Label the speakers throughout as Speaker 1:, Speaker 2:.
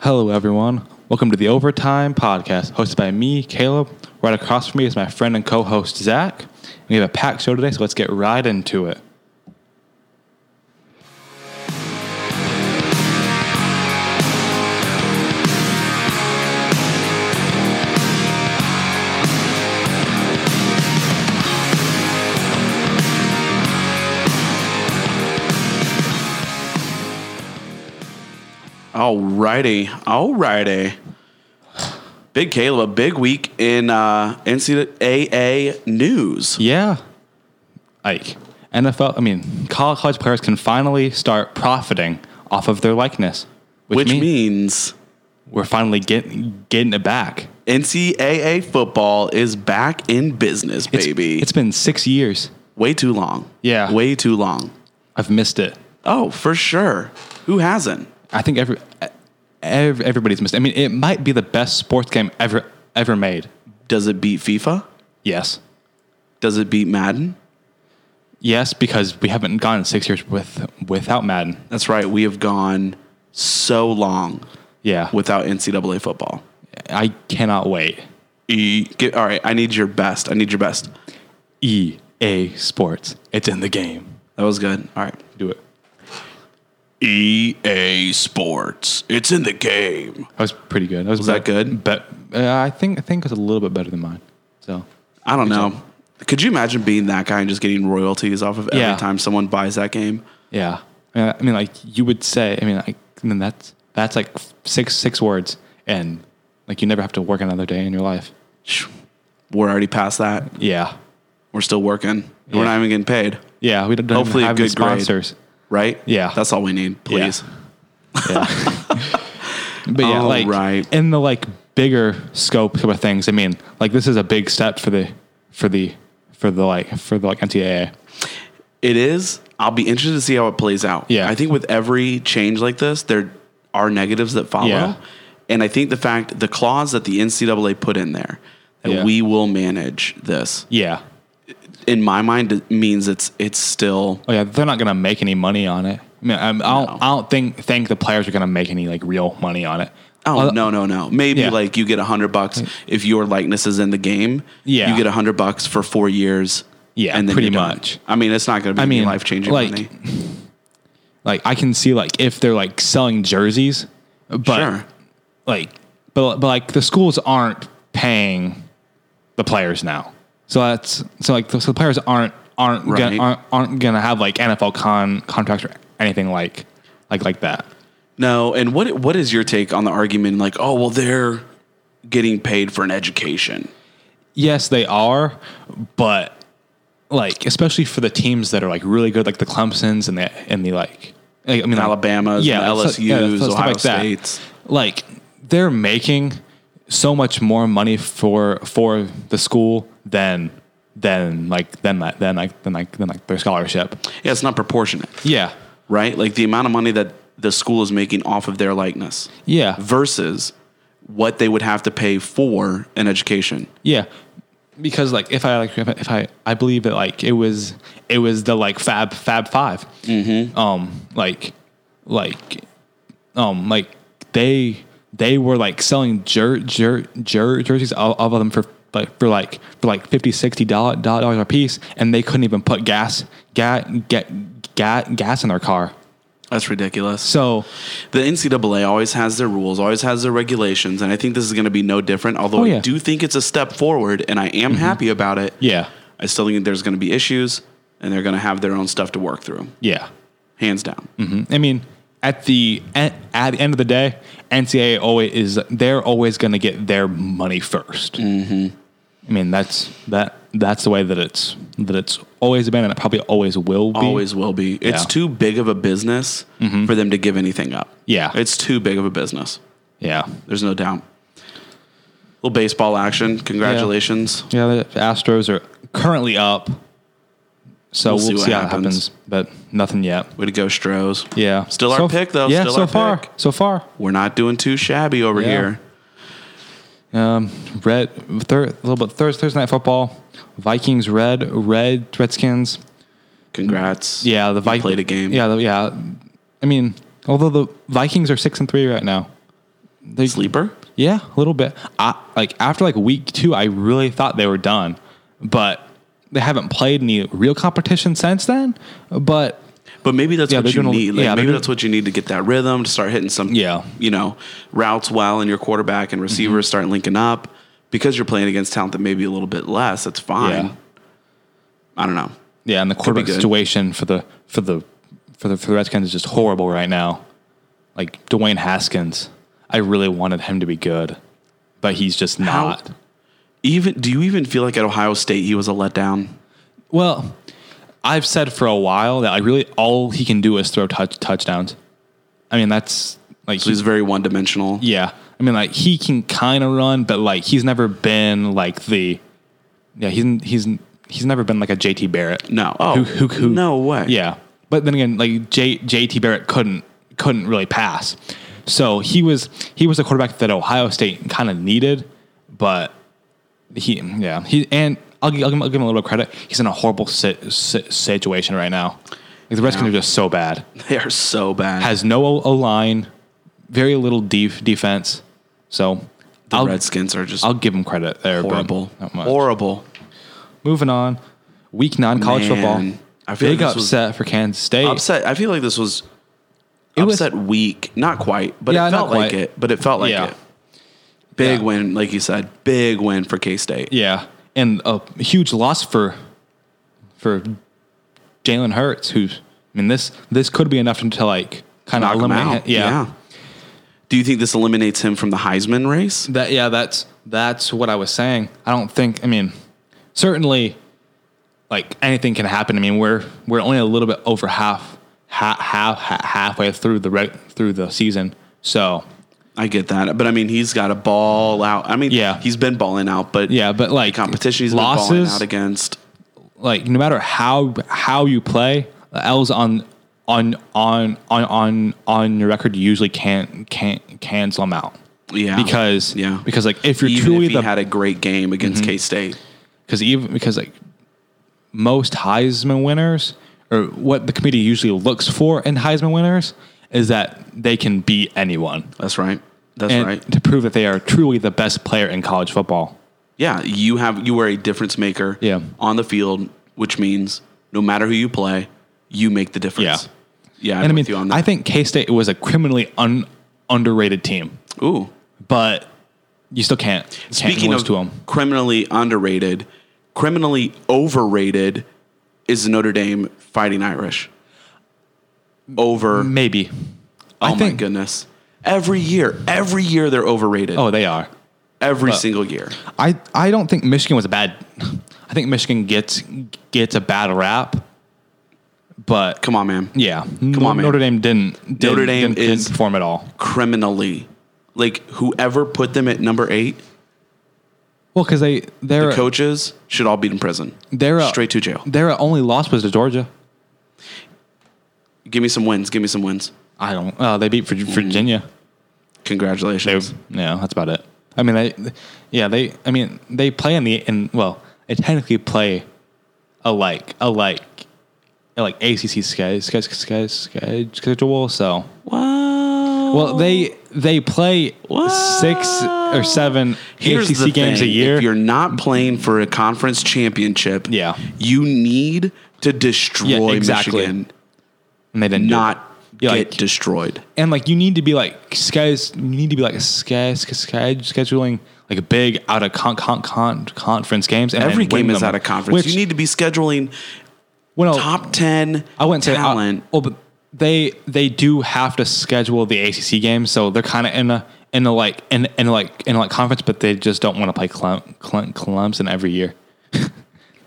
Speaker 1: Hello, everyone. Welcome to the Overtime Podcast, hosted by me, Caleb. Right across from me is my friend and co host, Zach. We have a packed show today, so let's get right into it.
Speaker 2: Alrighty, alrighty. Big Caleb, a big week in uh, NCAA news.
Speaker 1: Yeah. Ike. NFL, I mean, college college players can finally start profiting off of their likeness, which,
Speaker 2: Which
Speaker 1: mean-
Speaker 2: means
Speaker 1: we're finally getting, getting it back.
Speaker 2: NCAA football is back in business,
Speaker 1: It's-
Speaker 2: baby.
Speaker 1: it's been six years.
Speaker 2: way too long.
Speaker 1: Yeah.
Speaker 2: Way too long.
Speaker 1: I've missed it.
Speaker 2: Oh, for sure. Who hasn't?
Speaker 1: I think every, ev everybody's missed. it. I mean, it might be the best sports game ever ever made.
Speaker 2: Does it beat FIFA?
Speaker 1: Yes,
Speaker 2: Does it beat Madden?
Speaker 1: yes, because we haven't gone six years with without Madden.
Speaker 2: That's right. We have gone so long
Speaker 1: Yeah, with
Speaker 2: without NCAA football.
Speaker 1: I cannot wait.
Speaker 2: E- get- all right. I need your best. I need your best.
Speaker 1: EA E Sports, it's in the game.
Speaker 2: That was good. All right.
Speaker 1: Do it.
Speaker 2: EA E Sports. It's in the game.
Speaker 1: That was pretty good. That was,
Speaker 2: that good?
Speaker 1: But uh, I think I think it's a little bit better than mine. So
Speaker 2: I don't know. Could you imagine being that guy and just getting royalties off of every
Speaker 1: Yeah.
Speaker 2: time someone buys that game?
Speaker 1: yeah, I mean, I- I mean, like you would say. I mean, like I mean, that's that's like six six words, and like you never have to work another day in your life.
Speaker 2: Shh. We're already past that.
Speaker 1: Yeah.
Speaker 2: We're still working. We're
Speaker 1: Yeah.
Speaker 2: not even getting paid,
Speaker 1: Yeah, we don't don't
Speaker 2: Hopefully a
Speaker 1: have any
Speaker 2: good grade.
Speaker 1: sponsors.
Speaker 2: right?
Speaker 1: Yeah.
Speaker 2: That's all we need, please.
Speaker 1: But yeah,
Speaker 2: All
Speaker 1: like
Speaker 2: Oh, right.
Speaker 1: in the like bigger scope of things, I mean, like this is a big step for the for the for the like for the like NTAA.
Speaker 2: It is. I'll be interested to see how it plays out.
Speaker 1: Yeah.
Speaker 2: I think with every change like this, there are negatives that follow.
Speaker 1: Yeah.
Speaker 2: And I think the fact, the clause that the NCAA put in there, that
Speaker 1: Yeah.
Speaker 2: we will manage this,
Speaker 1: Yeah.
Speaker 2: in my mind, it means it's it's still
Speaker 1: Oh yeah, they're not gonna make any money on it. I mean, I'm, I don't I don't think think the players are gonna make any like real money on it.
Speaker 2: Oh
Speaker 1: Although-
Speaker 2: no no no! Maybe
Speaker 1: Yeah.
Speaker 2: like you get a hundred bucks if your likeness is in the game.
Speaker 1: Yeah.
Speaker 2: you get a hundred bucks for four years.
Speaker 1: Yeah, pretty
Speaker 2: you're done.
Speaker 1: much.
Speaker 2: I mean, it's not going to be
Speaker 1: I mean,
Speaker 2: life changing
Speaker 1: like-
Speaker 2: money.
Speaker 1: Like I can see like if they're like selling jerseys, but
Speaker 2: Sure,
Speaker 1: like but but like the schools aren't paying the players now. So that's so like so the players aren't aren't
Speaker 2: Right.
Speaker 1: gonna, aren't, aren't gonna have like NFL con contracts or anything like like like that.
Speaker 2: no. And what what is your take on the argument? Like, oh well, they're getting paid for an education.
Speaker 1: Yes, they are, but like especially for the teams that are like really good, like the Clemsons and the and the like. like, I mean, like-
Speaker 2: Alabamas, and
Speaker 1: stuff- yeah,
Speaker 2: LSUs,
Speaker 1: stuff
Speaker 2: Ohio
Speaker 1: that.
Speaker 2: States.
Speaker 1: Like they're making so much more money for for the school than than like than like than like than like than like their scholarship.
Speaker 2: Yeah, it's not proportionate,
Speaker 1: Yeah,
Speaker 2: right? Like the amount of money that the school is making off of their likeness
Speaker 1: yeah,
Speaker 2: versus what they would have to pay for an education.
Speaker 1: yeah. Because like if I like if I, if I I believe that like it was it was the like Fab Fab 5 Um, like like um like they they were like selling jer, jer, jer jerseys all, all of them for like for like for like 50 60 dollar- dollars a piece and they couldn't even put gas gas get gas, gas in their car
Speaker 2: That's ridiculous.
Speaker 1: so
Speaker 2: The NCAA always has their rules, always has their regulations, and I think this is going to be no different. Although
Speaker 1: Oh, yeah. Mm-hmm.
Speaker 2: I do think it's a step forward, and I am happy about it.
Speaker 1: yeah
Speaker 2: I still think there's going to be issues, and they're going to have their own stuff to work through,
Speaker 1: yeah
Speaker 2: hands down.
Speaker 1: I mean, at the at, at the end of the day, NCAA always is. They're always going to get their money 1st Mm-hmm. I mean, that's that that's the way that it's that it's always been, and it probably always will be.
Speaker 2: Always will be. It's
Speaker 1: Yeah. Mm-hmm.
Speaker 2: too big of a business for them to give anything up.
Speaker 1: Yeah.
Speaker 2: it's too big of a business.
Speaker 1: yeah,
Speaker 2: There's no doubt. little baseball action. Congratulations.
Speaker 1: yeah. The Astros are currently up, so
Speaker 2: We'll
Speaker 1: we'll,
Speaker 2: see
Speaker 1: see,
Speaker 2: what
Speaker 1: how it
Speaker 2: happens.
Speaker 1: happens. But nothing yet.
Speaker 2: Way to go, Strohs.
Speaker 1: Yeah,
Speaker 2: Still our
Speaker 1: So-
Speaker 2: pick, though.
Speaker 1: Yeah,
Speaker 2: Still
Speaker 1: so
Speaker 2: our
Speaker 1: far,
Speaker 2: pick.
Speaker 1: so far,
Speaker 2: We're not doing too shabby over
Speaker 1: Yeah.
Speaker 2: here.
Speaker 1: red third a little bit Thursday, Thursday night football. Vikings red, red Redskins.
Speaker 2: Congrats.
Speaker 1: Yeah, the Vikings
Speaker 2: played a game.
Speaker 1: Yeah, the, yeah. I mean, although the Vikings are six and three right now, They,
Speaker 2: Sleeper?
Speaker 1: Yeah, a little bit. I like after like week two, I really thought they were done, but they haven't played any real competition since then. But
Speaker 2: But maybe that's
Speaker 1: Yeah,
Speaker 2: what
Speaker 1: they're
Speaker 2: you
Speaker 1: gonna-
Speaker 2: need. Like,
Speaker 1: yeah, they're
Speaker 2: maybe
Speaker 1: gonna-
Speaker 2: that's what you need to get that rhythm to start hitting some,
Speaker 1: Yeah. Mm-hmm.
Speaker 2: you know, routes well, and your quarterback and receivers start linking up because you're playing against talent that maybe a little bit less. That's fine.
Speaker 1: Yeah.
Speaker 2: I don't know.
Speaker 1: yeah, and the quarterback
Speaker 2: good.
Speaker 1: situation for the for the for the for the Redskins is just horrible right now. Like Dwayne Haskins, I really wanted him to be good, but he's just
Speaker 2: How-
Speaker 1: not.
Speaker 2: Even do you even feel like at Ohio State he was a letdown?
Speaker 1: Well, I've said for a while that I really all he can do is throw touch, touchdowns. I mean, that's like
Speaker 2: So he's very one dimensional.
Speaker 1: Yeah. I mean, like he can kind of run, but like he's never been like the yeah he's he's he's never been like a JT Barrett.
Speaker 2: No. Oh,
Speaker 1: Who- who- who-
Speaker 2: no way.
Speaker 1: Yeah. But then again, like J, JT Barrett couldn't couldn't really pass, so he was he was a quarterback that Ohio State kind of needed, but he yeah he and I'll, gi- I'll, give him, I'll give him a little credit. He's in a horrible si- si- situation right now. Like, the Redskins
Speaker 2: Yeah.
Speaker 1: are just so bad
Speaker 2: They are so bad.
Speaker 1: has no O line, very little def- defense. So
Speaker 2: the
Speaker 1: I'll,
Speaker 2: Redskins are just
Speaker 1: I'll give him credit there. but
Speaker 2: horrible.
Speaker 1: not much.
Speaker 2: Horrible.
Speaker 1: Moving on, week nine college
Speaker 2: Man,
Speaker 1: football.
Speaker 2: I feel
Speaker 1: Big
Speaker 2: like this was-
Speaker 1: upset for Kansas State.
Speaker 2: Upset. I feel like this was
Speaker 1: It was-
Speaker 2: upset week. Not quite, but
Speaker 1: Yeah,
Speaker 2: it
Speaker 1: not
Speaker 2: felt like
Speaker 1: quite.
Speaker 2: it. But it felt like
Speaker 1: Yeah.
Speaker 2: it. Big
Speaker 1: Yeah.
Speaker 2: win, like you said, big win for K State.
Speaker 1: Yeah, and a huge loss for for Jalen Hurts. Who I mean this this could be enough to like kind of eliminate. him. yeah,
Speaker 2: Do you think this eliminates him from the Heisman race?
Speaker 1: That yeah, that's that's what I was saying. I don't think I mean certainly like anything can happen. I mean we're we're only a little bit over half half half halfway through the reg, through the season. So
Speaker 2: I get that, but I mean, he's got a ball out. I mean,
Speaker 1: Yeah.
Speaker 2: he's been balling out, but
Speaker 1: yeah, but like
Speaker 2: competition he's been balling
Speaker 1: losses
Speaker 2: out against.
Speaker 1: like no matter how how you play, the L's on on on on on on your record you usually can't can't cancel them out
Speaker 2: Yeah,
Speaker 1: because
Speaker 2: yeah,
Speaker 1: because like if you're
Speaker 2: even
Speaker 1: truly
Speaker 2: if he
Speaker 1: the Mm-hmm.
Speaker 2: had a great game against K State,
Speaker 1: because even because like most Heisman winners or what the committee usually looks for in Heisman winners is that they can beat anyone
Speaker 2: that's right. That's
Speaker 1: and
Speaker 2: right.
Speaker 1: to prove that they are truly the best player in college football.
Speaker 2: Yeah, you have you are a difference maker.
Speaker 1: Yeah.
Speaker 2: on the field, which means no matter who you play, you make the difference.
Speaker 1: Yeah.
Speaker 2: yeah. I'm
Speaker 1: And I
Speaker 2: with
Speaker 1: mean,
Speaker 2: you on that.
Speaker 1: I think K State was a criminally un- underrated team,
Speaker 2: Ooh,
Speaker 1: but you still can't, can't
Speaker 2: speaking
Speaker 1: lose
Speaker 2: of
Speaker 1: to them.
Speaker 2: criminally underrated, criminally overrated is Notre Dame Fighting Irish. Over
Speaker 1: Maybe.
Speaker 2: oh
Speaker 1: Mm, I
Speaker 2: my
Speaker 1: think-
Speaker 2: goodness, every year, every year they're overrated.
Speaker 1: Oh, uh, they are.
Speaker 2: every single year.
Speaker 1: I, I don't think Michigan was a bad. I think Michigan gets gets a bad rap, but
Speaker 2: Come on, man.
Speaker 1: Yeah,
Speaker 2: Come on, man.
Speaker 1: Notre Dame didn't. didn't
Speaker 2: Notre Dame
Speaker 1: didn't, didn't
Speaker 2: is-
Speaker 1: perform at all.
Speaker 2: criminally. Like whoever put them at number eight,
Speaker 1: Well, because they their
Speaker 2: coaches should all be in prison.
Speaker 1: their
Speaker 2: straight to jail.
Speaker 1: Their only loss was to Georgia.
Speaker 2: Give me some wins. Give me some wins.
Speaker 1: I don't. Uh, they beat
Speaker 2: Mm-hmm.
Speaker 1: Vir- Virginia. They,
Speaker 2: Congratulations.
Speaker 1: yeah, that's about it. I mean, they, yeah, they. I mean, they play in the in well, they technically play a like a like a like ACC sky sky sky sky schedule. So
Speaker 2: Wow.
Speaker 1: well,
Speaker 2: Oh.
Speaker 1: they they play six or seven
Speaker 2: Here's the
Speaker 1: ACC games
Speaker 2: thing.
Speaker 1: a year.
Speaker 2: If you're not playing for a conference championship,
Speaker 1: Yeah.
Speaker 2: you need to destroy
Speaker 1: Yeah, exactly.
Speaker 2: Michigan,
Speaker 1: and they didn't do it.
Speaker 2: not
Speaker 1: Yeah,
Speaker 2: get
Speaker 1: like-
Speaker 2: destroyed.
Speaker 1: and like you need to be like skies you need to be like sky, sky, sky scheduling like a big out of con, con, con conference games and
Speaker 2: Every
Speaker 1: and win
Speaker 2: game is
Speaker 1: them.
Speaker 2: out of conference.
Speaker 1: Which,
Speaker 2: you need to be scheduling
Speaker 1: well,
Speaker 2: top ten.
Speaker 1: I uh, wouldn't say
Speaker 2: talent.
Speaker 1: I, well, oh, but they they do have to schedule the ACC games, so they're kind of in a in a like in in a, like in a, like conference, but they just don't want to play Clem, Clem, Clemson every year.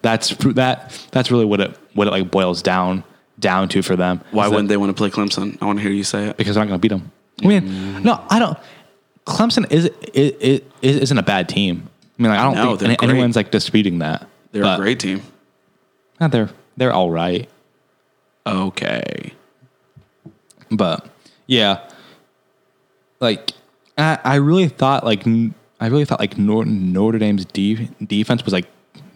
Speaker 1: that's pr- that that's really what it what it like boils down down to for them.
Speaker 2: Why
Speaker 1: Is that-
Speaker 2: wouldn't they want to play Clemson? I want to hear you say it.
Speaker 1: because they're not going to beat them. I mean, no, I don't. Clemson is it, it, it isn't a bad team. I mean, like, I don't
Speaker 2: No, they're
Speaker 1: think any-
Speaker 2: great.
Speaker 1: anyone's like disputing that.
Speaker 2: They're
Speaker 1: But,
Speaker 2: a great team.
Speaker 1: yeah, they're they're all right,
Speaker 2: Okay.
Speaker 1: but yeah, like I, I really thought like n- I really thought like Nor- Notre Dame's de- defense was like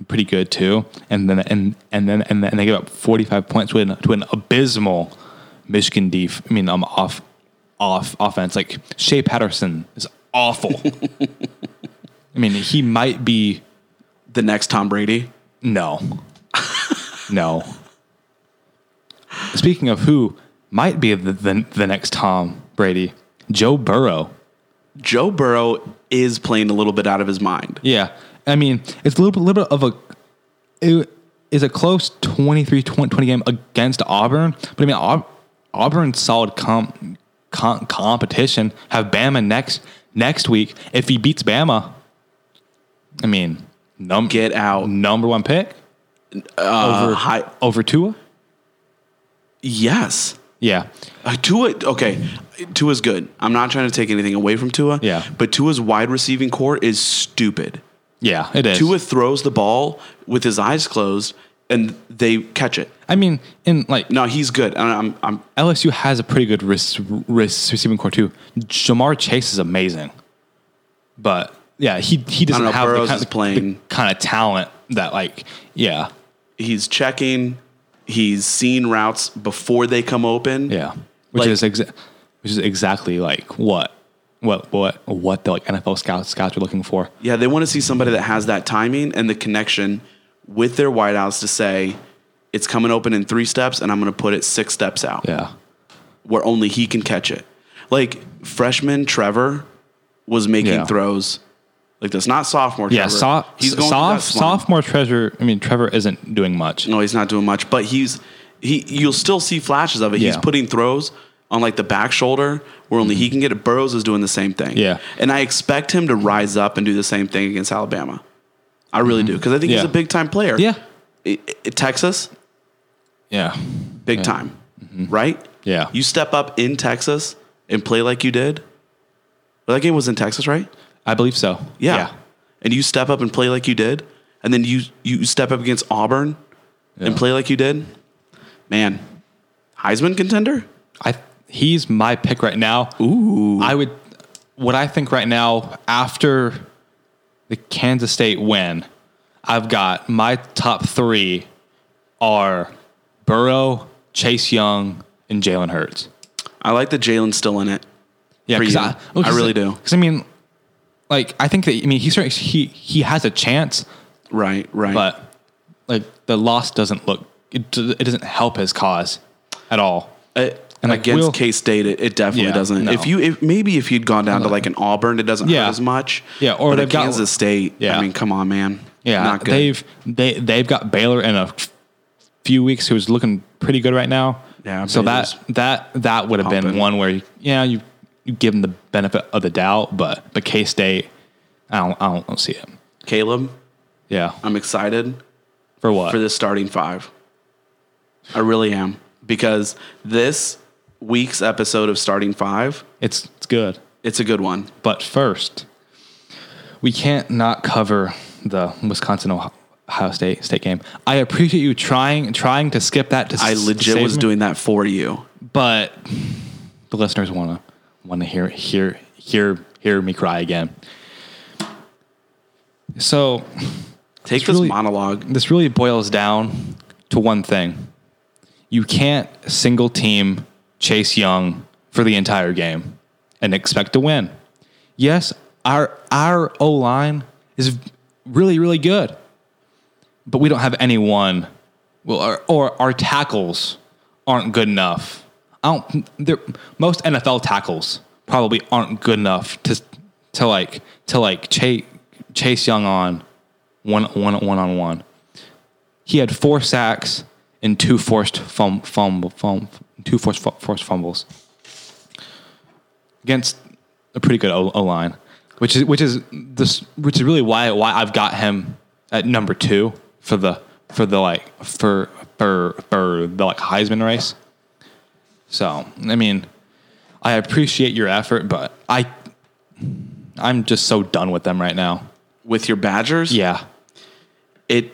Speaker 1: pretty good too, and then and and then and then they gave up forty five points to an to an abysmal Michigan def. I mean, um, off off offense. Like Shea Patterson is awful. I mean, he might be
Speaker 2: The next Tom Brady.
Speaker 1: no, no. Speaking of who might be the, the the next Tom Brady, Joe Burrow.
Speaker 2: Joe Burrow is playing a little bit out of his mind.
Speaker 1: Yeah. I mean, it's a little, bit- little bit of a it is a close 23 20, game against Auburn, but I mean Aub- Auburn's solid comp, com, competition. Have Bama next next week. If he beats Bama, I mean, num-
Speaker 2: Get out.
Speaker 1: number 1 pick
Speaker 2: Uh, high,
Speaker 1: over Tua?
Speaker 2: yes.
Speaker 1: Yeah.
Speaker 2: Uh, Tua, okay. Tua's good. I'm not trying to take anything away from Tua.
Speaker 1: Yeah.
Speaker 2: But Tua's wide receiving core is stupid.
Speaker 1: Yeah, it is.
Speaker 2: Tua throws the ball with his eyes closed and they catch it.
Speaker 1: I mean, in like
Speaker 2: No, he's good. And I'm, I'm
Speaker 1: LSU has a pretty good risk, risk receiving core too. Jamar Chase is amazing, but yeah, he he doesn't
Speaker 2: know,
Speaker 1: have
Speaker 2: Burrows
Speaker 1: the kind,
Speaker 2: is playing-
Speaker 1: the kind of talent that like yeah
Speaker 2: he's checking, he's seeing routes before they come open.
Speaker 1: yeah, which
Speaker 2: Like-
Speaker 1: is exa- which is exactly like what what what what the like NFL scouts scouts are looking for.
Speaker 2: Yeah, they want to see somebody that has that timing and the connection with their wideouts to say, it's coming open in three steps and I'm going to put it six steps out
Speaker 1: Yeah,
Speaker 2: where only he can catch it. Like freshman Trevor was making
Speaker 1: Yeah.
Speaker 2: throws. Like that's not sophomore
Speaker 1: yeah.
Speaker 2: Trevor.
Speaker 1: So,
Speaker 2: through that
Speaker 1: soft,
Speaker 2: slump.
Speaker 1: sophomore treasure. I mean, Trevor isn't doing much.
Speaker 2: No, he's not doing much, but he's he. You'll still see flashes of it. He's
Speaker 1: Yeah. Mm-hmm.
Speaker 2: putting throws on like the back shoulder where only he can get it. Burrows is doing the same thing.
Speaker 1: Yeah.
Speaker 2: and I expect him to rise up and do the same thing against Alabama. I really do because I think he's
Speaker 1: Mm-hmm. Yeah.
Speaker 2: a big time player.
Speaker 1: Yeah,
Speaker 2: I- I- Texas,
Speaker 1: yeah, Mm-hmm.
Speaker 2: big time, right?
Speaker 1: Yeah.
Speaker 2: you step up in Texas and play like you did. Well, that game was in Texas, right?
Speaker 1: I believe so.
Speaker 2: Yeah. And you step up and play like you did, and then you you step up against Auburn and play like you did. Man, Heisman contender?
Speaker 1: I he's my pick right now.
Speaker 2: Ooh.
Speaker 1: I would what I think right now after the Kansas State win, I've got my top three are Burrow, Chase Young, and Jalen Hurts.
Speaker 2: I like that Jalen's still in it.
Speaker 1: Yeah,
Speaker 2: For
Speaker 1: 'cause
Speaker 2: you. I really do.
Speaker 1: Because I mean, like I think that I mean he certainly he he has a chance,
Speaker 2: Right, right.
Speaker 1: but like the loss doesn't look it, do- it doesn't help his cause at all.
Speaker 2: Uh,
Speaker 1: and like
Speaker 2: against
Speaker 1: Will-
Speaker 2: K State, it, it definitely
Speaker 1: Yeah,
Speaker 2: doesn't.
Speaker 1: no.
Speaker 2: If you if, maybe if you'd gone down to like an Auburn, it doesn't
Speaker 1: Yeah.
Speaker 2: hurt as much.
Speaker 1: Yeah, or
Speaker 2: but at
Speaker 1: they've got-
Speaker 2: Kansas State. I
Speaker 1: Yeah.
Speaker 2: mean, come on, man.
Speaker 1: Yeah,
Speaker 2: not good.
Speaker 1: they've they they've got Baylor in a f- few weeks, who's looking pretty good right now.
Speaker 2: Yeah,
Speaker 1: so
Speaker 2: Baylor's
Speaker 1: that that that would have been
Speaker 2: pumping.
Speaker 1: one where yeah you you give them the benefit of the doubt, but but K State, I don't I don't see it.
Speaker 2: Caleb,
Speaker 1: Yeah,
Speaker 2: I'm excited.
Speaker 1: for what?
Speaker 2: for this starting five. I really am because this week's episode of Starting Five,
Speaker 1: it's it's good,
Speaker 2: it's a good one.
Speaker 1: but first we can't not cover the Wisconsin Ohio. State State game. I appreciate you trying trying to skip that. To
Speaker 2: I legit was doing that for you.
Speaker 1: but the listeners want to want to hear hear hear hear me cry again. So
Speaker 2: Take
Speaker 1: It's
Speaker 2: this
Speaker 1: really-
Speaker 2: monologue.
Speaker 1: this really boils down to one thing: you can't single team Chase Young for the entire game and expect to win. Yes, our our O line is really really good, but we don't have anyone. Well, our, or our tackles aren't good enough. I don't. they're- Most NFL tackles probably aren't good enough to to like to like chase chase Young on one one one on one. He had four sacks and two forced fum, fumble fum, two forced fu- forced fumbles against a pretty good O line, which is which is this which is really why why I've got him at number two for the for the like for for for the like Heisman race. So I mean, I appreciate your effort, but I I'm just so done with them right now.
Speaker 2: With your Badgers,
Speaker 1: Yeah,
Speaker 2: it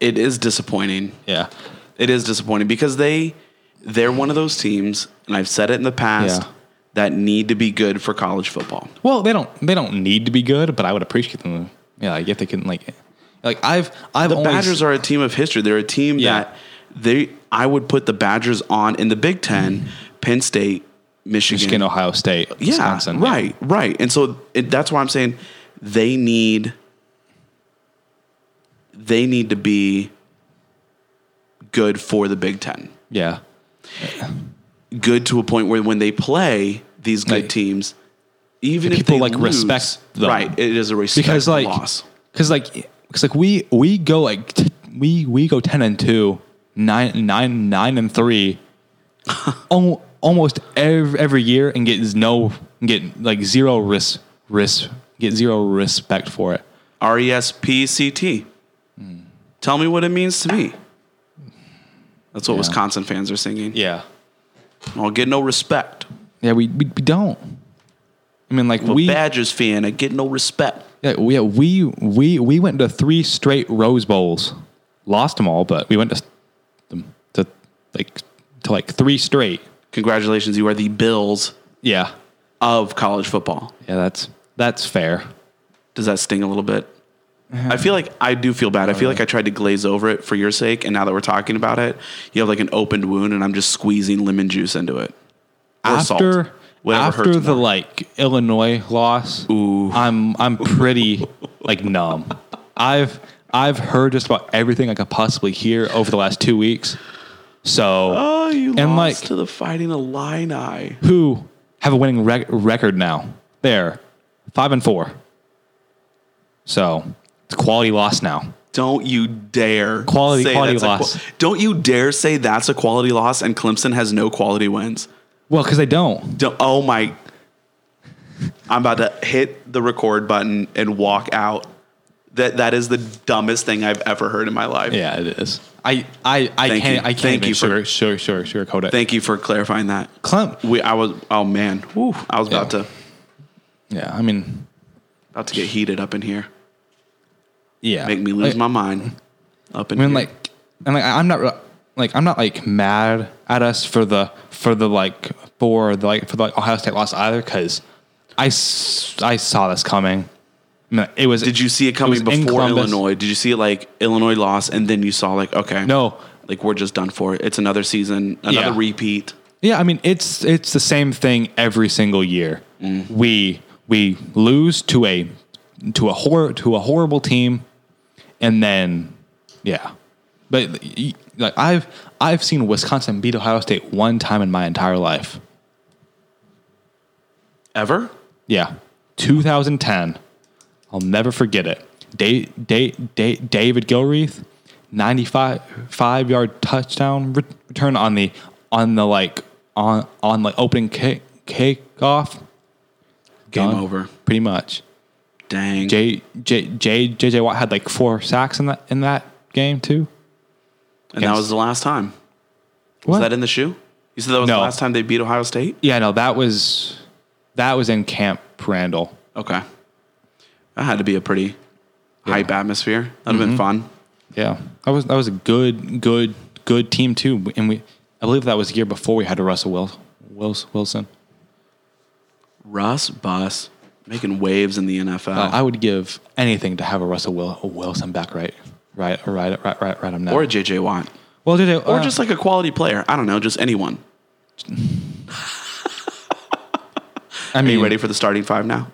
Speaker 2: it is disappointing.
Speaker 1: yeah,
Speaker 2: It is disappointing because they they're one of those teams, and I've said it in the past,
Speaker 1: Yeah.
Speaker 2: that need to be good for college football.
Speaker 1: Well, they don't they don't need to be good, but I would appreciate them. Yeah, like if they can like like I've I've
Speaker 2: The
Speaker 1: always,
Speaker 2: Badgers are a team of history. They're a team
Speaker 1: Yeah.
Speaker 2: that they I would put the Badgers on in the Big Ten. Penn State Michigan,
Speaker 1: Mm-hmm. Michigan, Ohio State,
Speaker 2: yeah,
Speaker 1: Wisconsin.
Speaker 2: right, right. And so it, that's why I'm saying they need they need to be good for the Big Ten,
Speaker 1: Yeah.
Speaker 2: good to a point where when they play these good
Speaker 1: Like-
Speaker 2: teams, even
Speaker 1: And
Speaker 2: if
Speaker 1: people,
Speaker 2: they
Speaker 1: like,
Speaker 2: lose-
Speaker 1: respect them.
Speaker 2: right? It is a respect
Speaker 1: Because like,
Speaker 2: loss.
Speaker 1: because like, because like we we go like t- we we go ten and two, nine nine nine and three, al- almost every every year and get no get like zero risk risk get zero respect for it.
Speaker 2: R E S P C T. Tell me what it means to me. That's what Wisconsin fans are singing.
Speaker 1: Yeah,
Speaker 2: I'll get no respect.
Speaker 1: yeah, we we, we don't. I mean, like
Speaker 2: I'm
Speaker 1: we
Speaker 2: a Badgers fan. I get no respect.
Speaker 1: Yeah, we, yeah, we we we went to three straight Rose Bowls, lost them all, but we went to to like to like three straight.
Speaker 2: Congratulations, you are the Bills
Speaker 1: Yeah,
Speaker 2: of college football.
Speaker 1: yeah, that's that's fair.
Speaker 2: Does that sting a little bit? I feel like I do feel bad. I
Speaker 1: Oh,
Speaker 2: feel like I tried to glaze over it for your sake, and now that we're talking about it, you have like an opened wound, and I'm just squeezing lemon juice into it. Or
Speaker 1: after
Speaker 2: salt. Whatever
Speaker 1: after
Speaker 2: hurts
Speaker 1: the
Speaker 2: more.
Speaker 1: like Illinois loss, I'm I'm pretty like numb. I've I've heard just about everything I could possibly hear over the last two weeks. So
Speaker 2: oh, you
Speaker 1: and,
Speaker 2: lost
Speaker 1: like-
Speaker 2: to the Fighting Illini.
Speaker 1: who have a winning rec- record now. They're five and four. So it's quality loss now.
Speaker 2: Don't you dare
Speaker 1: Quality- quality
Speaker 2: that's a
Speaker 1: loss.
Speaker 2: qua- don't you dare say that's a quality loss, and Clemson has no quality wins.
Speaker 1: Well, because they don't.
Speaker 2: Don't, oh my! I'm about to hit the record button and walk out. That that is the dumbest thing I've ever heard in my life.
Speaker 1: Yeah, it is. I I I
Speaker 2: Thank
Speaker 1: can't
Speaker 2: you.
Speaker 1: I can't
Speaker 2: Thank
Speaker 1: even
Speaker 2: you for-
Speaker 1: sugar, sugar sugar sugarcoat it.
Speaker 2: Thank you for clarifying that.
Speaker 1: Clem.
Speaker 2: We I was oh man, Whew, I was about
Speaker 1: Yeah.
Speaker 2: to
Speaker 1: Yeah, I mean,
Speaker 2: about to get heated up in here.
Speaker 1: yeah,
Speaker 2: Make me lose
Speaker 1: Like,
Speaker 2: my mind. Up in
Speaker 1: I mean,
Speaker 2: here.
Speaker 1: like, and like, I'm not re- like I'm not like mad at us for the for the like for the like for the like, Ohio State loss either because I s- I saw this coming. I mean, it was
Speaker 2: did you see it
Speaker 1: was
Speaker 2: coming
Speaker 1: in
Speaker 2: before
Speaker 1: Columbus.
Speaker 2: Illinois? Did you see it like Illinois loss, and then you saw like okay,
Speaker 1: no
Speaker 2: like we're just done for. It's another season, another
Speaker 1: Yeah.
Speaker 2: repeat.
Speaker 1: Yeah, I mean it's it's the same thing every single year. We we lose to a to a hor- to a horrible team, and then yeah, but y- like I've I've seen Wisconsin beat Ohio State one time in my entire life.
Speaker 2: Ever?
Speaker 1: Yeah, 2010. I'll never forget it. Da- da- da- David Gilreath, 95 five yard touchdown re- return on the on the like on on like opening kick kickoff.
Speaker 2: Game
Speaker 1: Done.
Speaker 2: over.
Speaker 1: Pretty much.
Speaker 2: Dang.
Speaker 1: J J J JJ Watt had like four sacks in that in that game too.
Speaker 2: and that was the last time.
Speaker 1: What?
Speaker 2: Was that in the shoe? You said that was the
Speaker 1: No.
Speaker 2: last time they beat Ohio State?
Speaker 1: yeah, no, that was that was in Camp Randall.
Speaker 2: Okay. That had to be a pretty hype atmosphere. That'd have been
Speaker 1: Mm-hmm.
Speaker 2: fun.
Speaker 1: Yeah, that was that was a good, good, good team too. And we, I believe that was the year before we had a Russell Wil- Wils- Wilson.
Speaker 2: Russ Bus making waves in the NFL.
Speaker 1: Uh, I would give anything to have a Russell Wil- Wilson back right, right, right, right, right, right. I'm now.
Speaker 2: or a JJ Watt.
Speaker 1: well, did it,
Speaker 2: Or just like a quality player. I don't know, just anyone.
Speaker 1: I
Speaker 2: Are
Speaker 1: mean,
Speaker 2: you ready for the starting five now?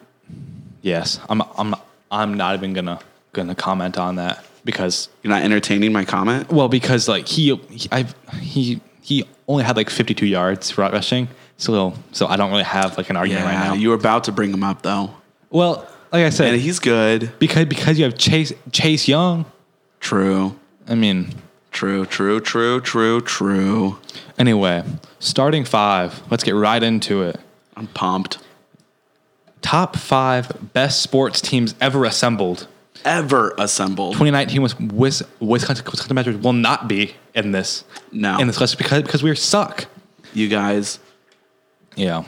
Speaker 1: Yes, I'm. I'm. I'm not even gonna gonna comment on that because
Speaker 2: You're not entertaining my comment?
Speaker 1: well because like he, he I he he only had like 52 yards r- rushing. So so I don't really have like an argument right now.
Speaker 2: You were about to bring him up though.
Speaker 1: well, like I said,
Speaker 2: And he's good.
Speaker 1: because because you have Chase Chase Young.
Speaker 2: True.
Speaker 1: I mean,
Speaker 2: True, true, true, true, true.
Speaker 1: Anyway, starting five. Let's get right into it.
Speaker 2: I'm pumped.
Speaker 1: Top five best sports teams ever assembled.
Speaker 2: Ever assembled.
Speaker 1: 2019 was Wis- Wisconsin, Wisconsin Badgers will not be in this
Speaker 2: No.
Speaker 1: in this list because because we suck.
Speaker 2: you guys
Speaker 1: Yeah.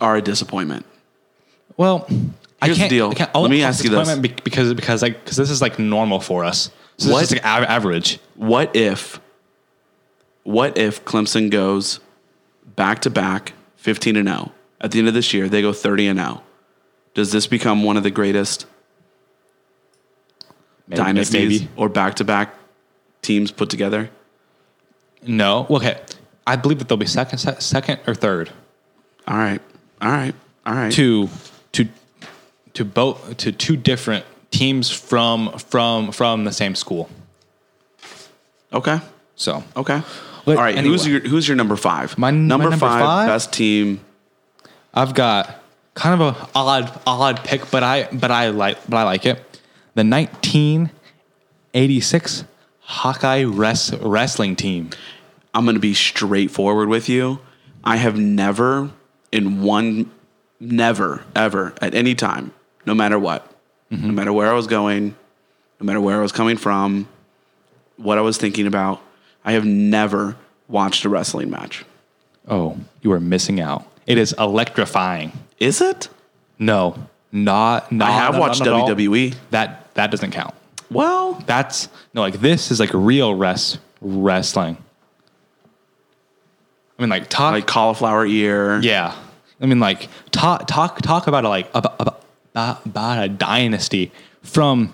Speaker 2: are a disappointment.
Speaker 1: Well, I
Speaker 2: Here's the
Speaker 1: can't.
Speaker 2: deal.
Speaker 1: I can't-
Speaker 2: Let
Speaker 1: I'll-
Speaker 2: me
Speaker 1: I'll
Speaker 2: ask you this.
Speaker 1: disappointment be- because because like because this is like normal for us. So
Speaker 2: What?
Speaker 1: This is like av- average.
Speaker 2: What if what if Clemson goes back to back 15 and 0? At the end of this year, they go 30 and 0. Does this become one of the greatest
Speaker 1: Maybe-
Speaker 2: dynasties
Speaker 1: maybe.
Speaker 2: or back to back teams put together?
Speaker 1: No. Okay. I believe that they'll be second, se- second or third.
Speaker 2: All right. All right. All right.
Speaker 1: to to to both to two different teams from from from the same school.
Speaker 2: Okay.
Speaker 1: So
Speaker 2: Okay.
Speaker 1: But
Speaker 2: All right. Who's
Speaker 1: anyway.
Speaker 2: your Who's your number five?
Speaker 1: My- my number five?
Speaker 2: best team.
Speaker 1: I've got kind of a odd odd pick, but I but I like but I like it. The 1986 Hawkeye res- wrestling team.
Speaker 2: I'm going to be straightforward with you. I have never, in one, never, ever, at any time, no matter what,
Speaker 1: Mm-hmm.
Speaker 2: no matter where I was going, no matter where I was coming from, what I was thinking about, I have never watched a wrestling match.
Speaker 1: Oh, you are missing out. It is electrifying.
Speaker 2: Is it?
Speaker 1: No, not not.
Speaker 2: I have
Speaker 1: Uh, not
Speaker 2: watched E.
Speaker 1: at all.
Speaker 2: WWE.
Speaker 1: That that doesn't count.
Speaker 2: Well,
Speaker 1: That's no like this is like real res wrestling. I mean, like talk.
Speaker 2: like cauliflower ear.
Speaker 1: yeah, I mean, like talk talk talk about a, like about, about about a dynasty from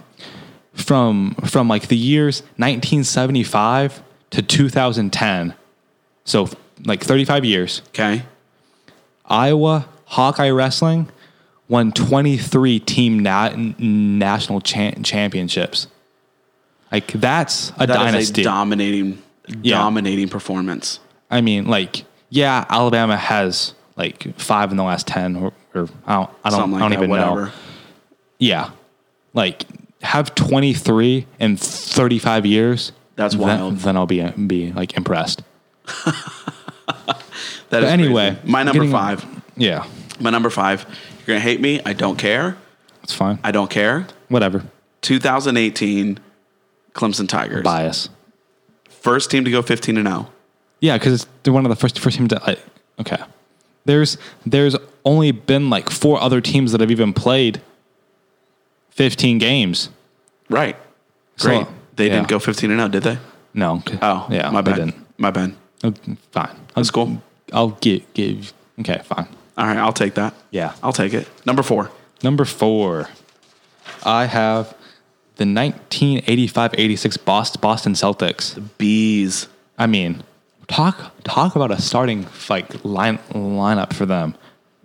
Speaker 1: from from like the years 1975 to 2010. So like 35 years.
Speaker 2: Okay.
Speaker 1: Iowa Hawkeye Wrestling won 23 team na- n- national cha- championships. Like that's a
Speaker 2: That is
Speaker 1: dynasty.
Speaker 2: a dominating,
Speaker 1: Yeah.
Speaker 2: dominating performance.
Speaker 1: I mean, like yeah, Alabama has like five in the last 10 or, or I don't I don't,
Speaker 2: Something
Speaker 1: I
Speaker 2: like
Speaker 1: don't
Speaker 2: that.
Speaker 1: even
Speaker 2: whatever.
Speaker 1: know. Yeah. Like have 23 in 35 years.
Speaker 2: That's
Speaker 1: then-
Speaker 2: wild.
Speaker 1: Then I'll be be like impressed.
Speaker 2: That is
Speaker 1: anyway,
Speaker 2: crazy. my number
Speaker 1: getting-
Speaker 2: five.
Speaker 1: Yeah.
Speaker 2: My number five. You're gonna hate me. I don't care.
Speaker 1: It's fine.
Speaker 2: I don't care.
Speaker 1: Whatever.
Speaker 2: 2018, Clemson Tigers.
Speaker 1: Bias.
Speaker 2: First team to go 15 and oh. 0.
Speaker 1: Yeah, because they're one of the first first teams to like. Okay, there's there's only been like four other teams that have even played fifteen games.
Speaker 2: Right.
Speaker 1: So,
Speaker 2: Great. they
Speaker 1: yeah.
Speaker 2: didn't go 15 and 0, did they?
Speaker 1: No.
Speaker 2: Oh,
Speaker 1: yeah,
Speaker 2: My
Speaker 1: they
Speaker 2: bad.
Speaker 1: didn't.
Speaker 2: My bad.
Speaker 1: Okay, Oh, Fine.
Speaker 2: That's cool.
Speaker 1: I'll give give. Okay, fine.
Speaker 2: All right, I'll take that.
Speaker 1: Yeah.
Speaker 2: I'll take it. Number four.
Speaker 1: Number four, I have the 1985-86 Boston Boston Celtics.
Speaker 2: Bees.
Speaker 1: I mean, talk talk about a starting like line lineup for them: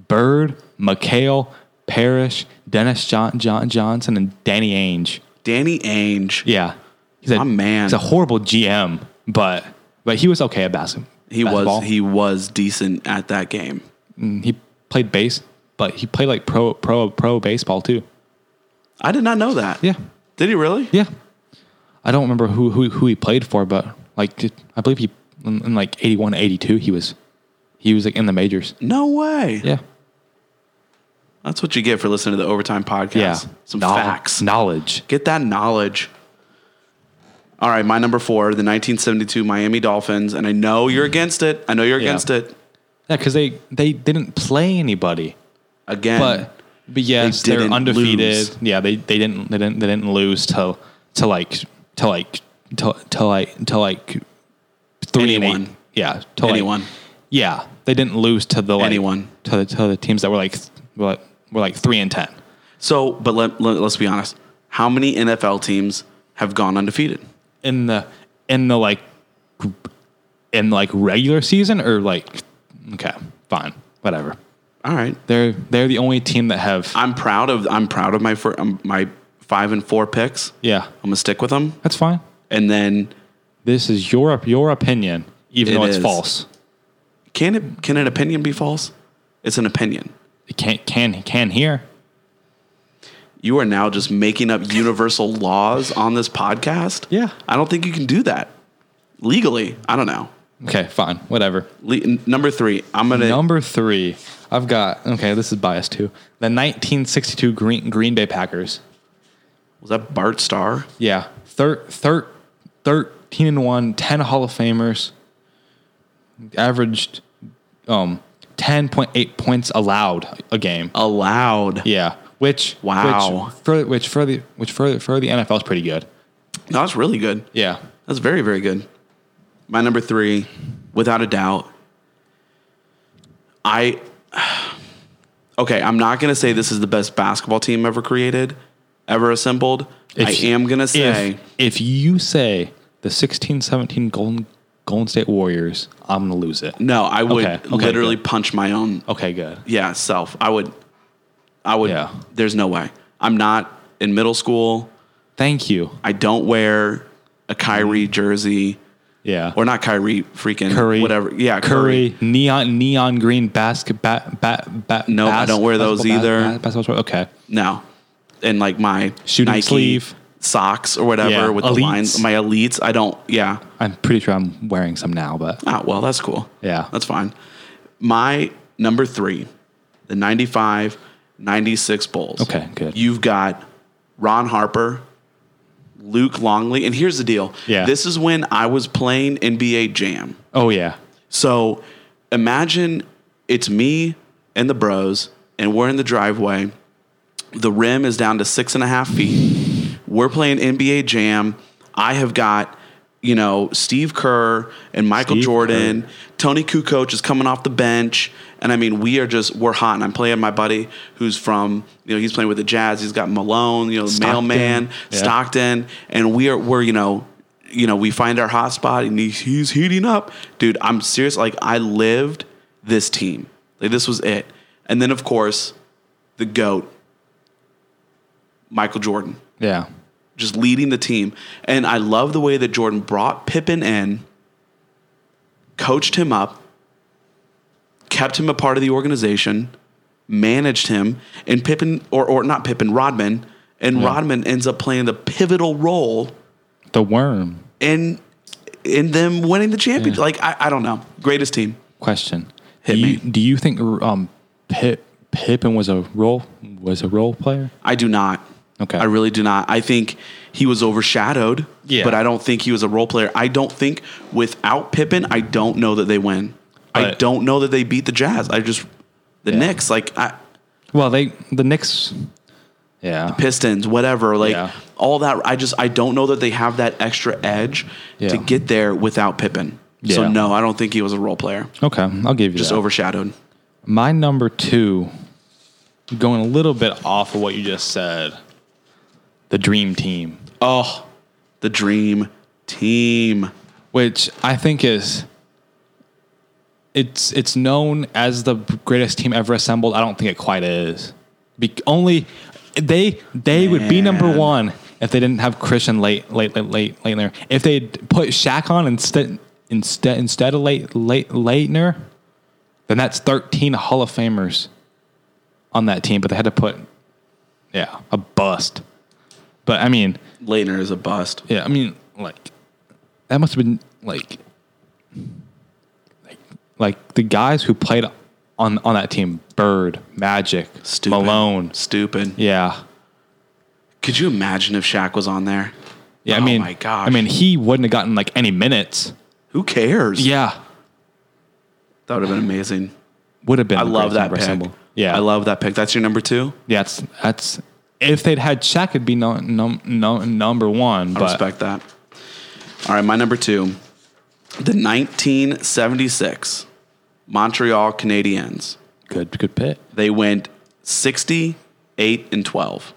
Speaker 1: Bird, McHale, Parrish, Dennis John, John Johnson, and Danny Ainge.
Speaker 2: Danny Ainge.
Speaker 1: Yeah, he's a
Speaker 2: My man.
Speaker 1: He's a horrible GM, but but he was okay at basket-
Speaker 2: He
Speaker 1: basketball.
Speaker 2: was he was decent at that game.
Speaker 1: he he played base, but he played like pro pro pro baseball too.
Speaker 2: I did not know that.
Speaker 1: Yeah,
Speaker 2: Did he really?
Speaker 1: yeah. I don't remember who who who he played for, but like I believe he in, in like 81, 82, he was he was like in the majors.
Speaker 2: No way.
Speaker 1: Yeah.
Speaker 2: That's what you get for listening to the overtime podcast.
Speaker 1: Yeah.
Speaker 2: Some
Speaker 1: Knowl-
Speaker 2: facts.
Speaker 1: Knowledge.
Speaker 2: Get that knowledge. All right, my number four, the 1972 Miami Dolphins, and I know you're against it. I know you're
Speaker 1: Mm. Yeah.
Speaker 2: against it.
Speaker 1: Yeah, because they, they didn't play anybody.
Speaker 2: Again,
Speaker 1: But but yes,
Speaker 2: They
Speaker 1: they are
Speaker 2: didn't
Speaker 1: undefeated.
Speaker 2: lose.
Speaker 1: Yeah, they, they didn't they didn't they didn't lose to to like to like to, to like to like three and eight.
Speaker 2: Anyone.
Speaker 1: Yeah. To like-
Speaker 2: Anyone.
Speaker 1: yeah. They didn't lose to the like,
Speaker 2: Anyone.
Speaker 1: to the to the teams that were like th- were like, were like three and ten.
Speaker 2: so, but let, let, us be honest. How many NFL teams have gone undefeated?
Speaker 1: In the in the like in like regular season or like okay, fine. Whatever.
Speaker 2: All right,
Speaker 1: They're they're the only team that have
Speaker 2: I'm proud of I'm proud of my fir, um, my five and four picks.
Speaker 1: yeah.
Speaker 2: I'm gonna stick with them,
Speaker 1: That's fine.
Speaker 2: and then
Speaker 1: This is your your opinion, even
Speaker 2: It
Speaker 1: though it's
Speaker 2: is.
Speaker 1: false.
Speaker 2: can it can an opinion be false? It's an opinion.
Speaker 1: It can't can can hear.
Speaker 2: You are now just making up universal laws on this podcast.
Speaker 1: Yeah.
Speaker 2: I don't think you can do that legally. I don't know.
Speaker 1: Okay, fine, whatever.
Speaker 2: Le- n- number three, I'm gonna.
Speaker 1: Number three, I've got okay. This is biased too. The 1962 Green Green Bay Packers.
Speaker 2: was that Bart Starr?
Speaker 1: Yeah, thir, thir, 13 and one, 10 Hall of Famers. Averaged um 10.8 points allowed a game.
Speaker 2: Allowed.
Speaker 1: Yeah, which
Speaker 2: Wow.
Speaker 1: which for which for the which for for the NFL is pretty good.
Speaker 2: No, that's really good.
Speaker 1: Yeah,
Speaker 2: That's very very good. My number three, without a doubt. I. Okay, I'm not gonna say this is the best basketball team ever created, ever assembled.
Speaker 1: If-
Speaker 2: I am gonna say
Speaker 1: if, if you say the 16 17 Golden, Golden State Warriors, I'm gonna lose it.
Speaker 2: No, I would
Speaker 1: Okay, okay,
Speaker 2: literally
Speaker 1: good.
Speaker 2: punch my own
Speaker 1: Okay, good.
Speaker 2: yeah self. I would. I would.
Speaker 1: Yeah.
Speaker 2: There's no way. I'm not in middle school.
Speaker 1: Thank you.
Speaker 2: I don't wear a Kyrie jersey
Speaker 1: Yeah.
Speaker 2: or not Kyrie freaking
Speaker 1: Curry,
Speaker 2: whatever. Yeah,
Speaker 1: Curry, neon neon green basket bat bat bat.
Speaker 2: No, I don't wear those
Speaker 1: basketball-
Speaker 2: either.
Speaker 1: bas- basketball shorts. Okay,
Speaker 2: No. And like my
Speaker 1: Shooting
Speaker 2: Nike
Speaker 1: sleeve.
Speaker 2: socks or whatever
Speaker 1: Yeah,
Speaker 2: with the
Speaker 1: elites.
Speaker 2: lines. My elites, I don't. Yeah.
Speaker 1: I'm pretty sure I'm wearing some now, but
Speaker 2: Ah, well, that's cool.
Speaker 1: Yeah.
Speaker 2: That's fine. My number three, the 95 96 Bulls.
Speaker 1: Okay, good.
Speaker 2: You've got Ron Harper, Luke Longley. And here's the deal
Speaker 1: Yeah.
Speaker 2: this is when I was playing NBA Jam.
Speaker 1: oh yeah,
Speaker 2: So imagine it's me and the bros, and we're in the driveway. The rim is down to six and a half feet. We're playing NBA Jam. I have got, you know, Steve Kerr and Michael
Speaker 1: Steve
Speaker 2: Jordan. Tony Kukoc is coming off the bench. And I mean, we are just, we're hot. And I'm playing my buddy who's from, you know, he's playing with the Jazz. He's got Malone, you know, the
Speaker 1: Stockton.
Speaker 2: mailman,
Speaker 1: Yeah.
Speaker 2: Stockton. And we are, we're, you know, you know, we find our hot spot and he's, he's heating up. Dude, I'm serious. Like, I lived this team. Like, this was it. And then, of course, the GOAT, Michael Jordan
Speaker 1: yeah,
Speaker 2: just leading the team. And I love the way that Jordan brought Pippen in, coached him up, kept him a part of the organization, managed him, and Pippen or or not Pippen, Rodman, and Rodman ends up playing the pivotal role
Speaker 1: the worm
Speaker 2: in in them winning the championship. Like I, I don't know, greatest team.
Speaker 1: question.
Speaker 2: Hit
Speaker 1: do
Speaker 2: me.
Speaker 1: You, do you think um Pip Pippen was a role was a role player?
Speaker 2: I do not.
Speaker 1: Okay.
Speaker 2: I really do not. I think he was overshadowed,
Speaker 1: Yeah.
Speaker 2: but I don't think he was a role player. I don't think without Pippen, I don't know that they win. I
Speaker 1: But-
Speaker 2: don't know that they beat the Jazz. I just the
Speaker 1: Yeah.
Speaker 2: Knicks, like I,
Speaker 1: Well, they the Knicks. Yeah,
Speaker 2: Pistons, whatever, like
Speaker 1: Yeah.
Speaker 2: all that. I just I don't know that they have that extra edge
Speaker 1: Yeah.
Speaker 2: to get there without Pippen. So
Speaker 1: Yeah.
Speaker 2: no, I don't think he was a role player.
Speaker 1: okay, I'll give you
Speaker 2: Just
Speaker 1: that.
Speaker 2: overshadowed.
Speaker 1: My number two, going a little bit off of what you just said, the dream team,
Speaker 2: Oh, the dream team.
Speaker 1: which I think is it's it's known as the greatest team ever assembled. I don't think it quite is. Be- only they they would be number
Speaker 2: Man.
Speaker 1: one if they didn't have Christian late late late late later. If they put Shaq on instead instead instead of late late later, then that's thirteen Hall of Famers on that team. But they had to put yeah a bust. But I mean.
Speaker 2: Leitner is a bust.
Speaker 1: Yeah, I mean, like that must have been like, like, like the guys who played on on that team: Bird, Magic,
Speaker 2: Stupid.
Speaker 1: Malone.
Speaker 2: Stupid.
Speaker 1: Yeah,
Speaker 2: Could you imagine if Shaq was on there?
Speaker 1: yeah. I
Speaker 2: Oh
Speaker 1: mean,
Speaker 2: my gosh.
Speaker 1: I mean, he wouldn't have gotten like any minutes.
Speaker 2: Who cares?
Speaker 1: Yeah,
Speaker 2: That would have been amazing.
Speaker 1: would have been.
Speaker 2: I
Speaker 1: the
Speaker 2: love
Speaker 1: greatest
Speaker 2: that
Speaker 1: ever
Speaker 2: pick.
Speaker 1: assembled. Yeah,
Speaker 2: I love that pick. That's your number two?
Speaker 1: Yeah, that's that's. If they'd had Shaq, it'd be no, num num number one.
Speaker 2: I
Speaker 1: But
Speaker 2: respect that. All right, my number two. The 1976 Montreal Canadiens.
Speaker 1: good, good pick.
Speaker 2: They went 68 and 12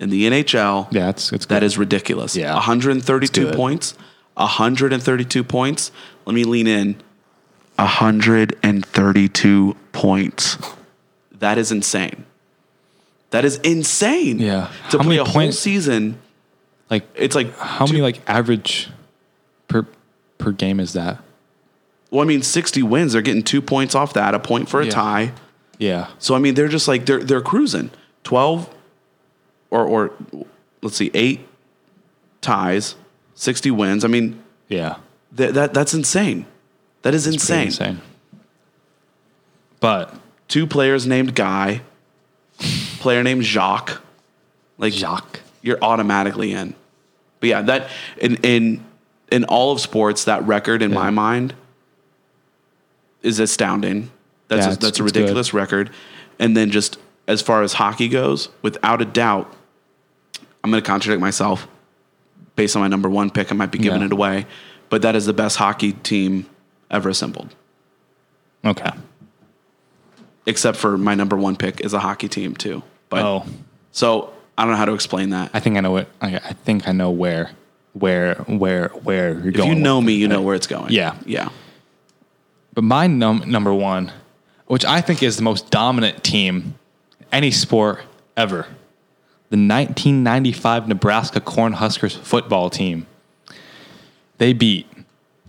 Speaker 2: in the NHL.
Speaker 1: Yeah, it's it's good.
Speaker 2: That is ridiculous.
Speaker 1: Yeah.
Speaker 2: 132
Speaker 1: It's good.
Speaker 2: points. 132 points. Let me lean in. 132 points. That is insane. That is insane.
Speaker 1: Yeah.
Speaker 2: To
Speaker 1: How
Speaker 2: play
Speaker 1: many
Speaker 2: a whole
Speaker 1: points-
Speaker 2: season,
Speaker 1: like
Speaker 2: it's like
Speaker 1: how many like average per per game is that?
Speaker 2: well, I mean, 60 wins. They're getting two points off that, a point for a
Speaker 1: Yeah.
Speaker 2: tie.
Speaker 1: Yeah,
Speaker 2: So I mean, they're just like they're they're cruising. Twelve, or or let's see, eight ties, 60 wins. I mean,
Speaker 1: yeah.
Speaker 2: That, that that's insane. That is
Speaker 1: Pretty
Speaker 2: insane.
Speaker 1: insane. But
Speaker 2: Two players named Guy, player named Jacques. Like
Speaker 1: Jacques.
Speaker 2: you're automatically in. But yeah, that in in in all of sports, that record in my mind is astounding. That's
Speaker 1: Yeah,
Speaker 2: a,
Speaker 1: it's-
Speaker 2: that's a
Speaker 1: it's good.
Speaker 2: ridiculous record. And then just as far as hockey goes, without a doubt, I'm going to contradict myself based on my number one pick. I might be giving
Speaker 1: Yeah.
Speaker 2: it away, but that is the best hockey team ever assembled,
Speaker 1: Okay.
Speaker 2: except for my number one pick is a hockey team too. But
Speaker 1: oh,
Speaker 2: so I don't know how to explain that.
Speaker 1: I think I know it. I, I think I know where. where where where you're
Speaker 2: If
Speaker 1: going.
Speaker 2: you
Speaker 1: with
Speaker 2: know me, you
Speaker 1: it.
Speaker 2: know where it's going.
Speaker 1: Yeah.
Speaker 2: Yeah.
Speaker 1: But my num- number one, which I think is the most dominant team, any sport ever, the 1995 Nebraska Cornhuskers football team. They beat,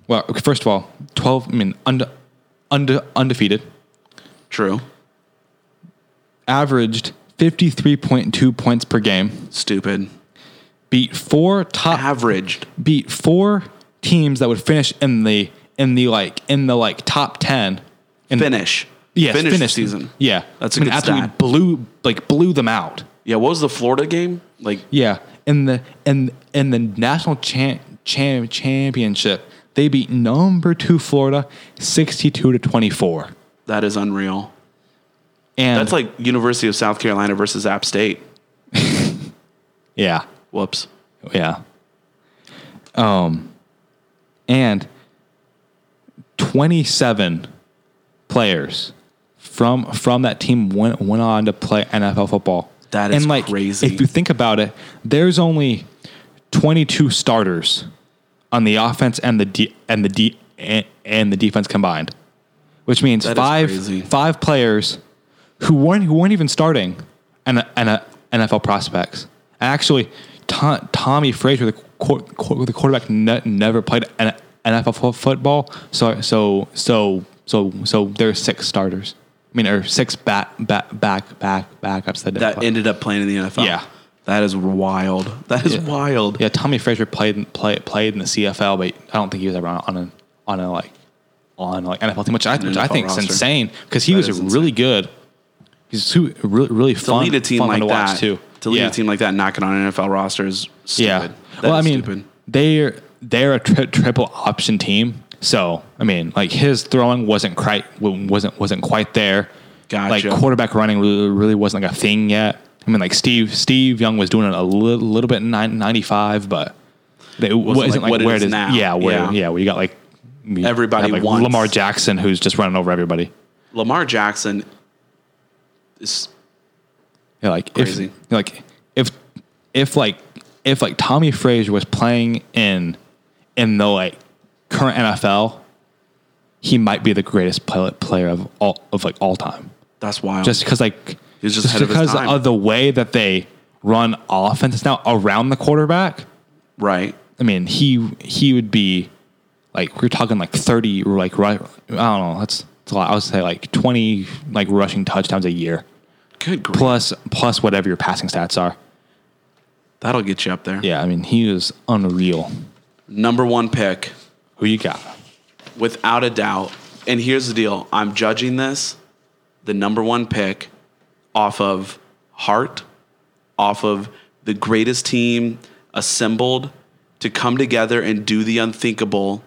Speaker 1: well, okay, first of all, 12, I mean, unde, unde, undefeated,
Speaker 2: True.
Speaker 1: averaged 53.2 points per game,
Speaker 2: Stupid.
Speaker 1: beat four top
Speaker 2: Averaged.
Speaker 1: beat four teams that would finish in the in the like in the like top ten. In,
Speaker 2: Finish.
Speaker 1: yes,
Speaker 2: Finish, the
Speaker 1: finish
Speaker 2: season.
Speaker 1: Yeah,
Speaker 2: That's
Speaker 1: I
Speaker 2: a
Speaker 1: mean,
Speaker 2: good
Speaker 1: absolutely
Speaker 2: stat.
Speaker 1: Blew like blew them out.
Speaker 2: Yeah. What was the Florida game? Like
Speaker 1: Yeah, in the in in the national champ, champ championship, they beat number two Florida sixty two to twenty four.
Speaker 2: that is unreal.
Speaker 1: And
Speaker 2: That's like University of South Carolina versus App State.
Speaker 1: yeah,
Speaker 2: Whoops.
Speaker 1: yeah. Um, and twenty seven players from from that team went went on to play NFL football.
Speaker 2: That is
Speaker 1: and like,
Speaker 2: crazy.
Speaker 1: If you think about it, there's only 22 starters on the offense and the de- and the de- and, and the defense combined, which means
Speaker 2: That is
Speaker 1: five
Speaker 2: crazy.
Speaker 1: five players who weren't who weren't even starting and and NFL prospects. And actually, Tom, Tommy Frazier, the quar- quar- the quarterback, ne- never played N- NFL fo- football. So so so so so there are six starters. I mean, or six back back back back backups that didn't
Speaker 2: That
Speaker 1: play.
Speaker 2: ended up playing in the NFL.
Speaker 1: Yeah.
Speaker 2: That is wild. That is wild.
Speaker 1: Yeah, Tommy Frazier played play, played in the CFL, but I don't think he was ever on, on a on a like on like NFL team, which I which I
Speaker 2: NFL
Speaker 1: think is
Speaker 2: roster.
Speaker 1: insane because he
Speaker 2: That
Speaker 1: was
Speaker 2: is insane.
Speaker 1: really good. He's su- really really
Speaker 2: To
Speaker 1: fun.
Speaker 2: lead a team
Speaker 1: fun
Speaker 2: like
Speaker 1: to
Speaker 2: that.
Speaker 1: watch too.
Speaker 2: To lead
Speaker 1: yeah.
Speaker 2: a team like that, knocking on an NFL roster is stupid.
Speaker 1: yeah.
Speaker 2: That
Speaker 1: well, I
Speaker 2: is
Speaker 1: mean,
Speaker 2: stupid.
Speaker 1: they're they're a tri- triple option team, so I mean, like his throwing wasn't quite wasn't wasn't quite there. Like
Speaker 2: Gotcha.
Speaker 1: quarterback running really, really wasn't like a thing yet. I mean, like Steve Steve Young was doing it a little, little bit in nine- 95, but it wasn't,
Speaker 2: like
Speaker 1: like,
Speaker 2: what it
Speaker 1: where
Speaker 2: is
Speaker 1: it is
Speaker 2: now.
Speaker 1: Yeah, where
Speaker 2: Yeah.
Speaker 1: yeah, where you got like you
Speaker 2: Everybody
Speaker 1: have, like
Speaker 2: wants-
Speaker 1: Lamar Jackson who's just running over everybody.
Speaker 2: Lamar Jackson is
Speaker 1: Yeah, like
Speaker 2: Crazy.
Speaker 1: if like if if like if like Tommy Frazier was playing in in the like current NFL, he might be the greatest play, player of all of like all time.
Speaker 2: that's wild.
Speaker 1: Just because like
Speaker 2: He's just ahead of his
Speaker 1: because
Speaker 2: time.
Speaker 1: of the way that they run offense now around the quarterback.
Speaker 2: right.
Speaker 1: I mean, he he would be like we're talking like thirty, or like right. I don't know. That's, that's a lot. I would say like twenty like rushing touchdowns a year
Speaker 2: Good grief.
Speaker 1: plus plus whatever your passing stats are.
Speaker 2: That'll get you up there.
Speaker 1: Yeah, I mean, he is unreal.
Speaker 2: Number one pick,
Speaker 1: Who you got?
Speaker 2: without a doubt. And here's the deal I'm judging this, the number one pick, off of heart, off of the greatest team assembled to come together and do the unthinkable.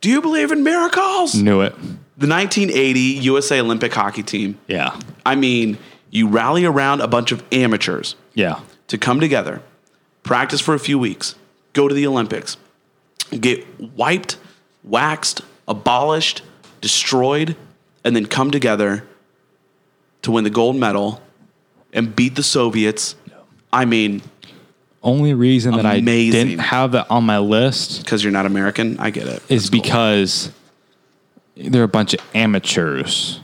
Speaker 2: Do you believe in miracles?
Speaker 1: Knew it.
Speaker 2: The 1980 USA Olympic hockey team.
Speaker 1: Yeah.
Speaker 2: I mean, you rally around a bunch of amateurs
Speaker 1: Yeah.
Speaker 2: to come together, practice for a few weeks, go to the Olympics, get wiped, waxed, abolished, destroyed, and then come together to win the gold medal and beat the Soviets. I mean,
Speaker 1: Only reason that
Speaker 2: Amazing.
Speaker 1: I didn't have that on my list
Speaker 2: because you're not American, I get it.
Speaker 1: is because they're a bunch of amateurs.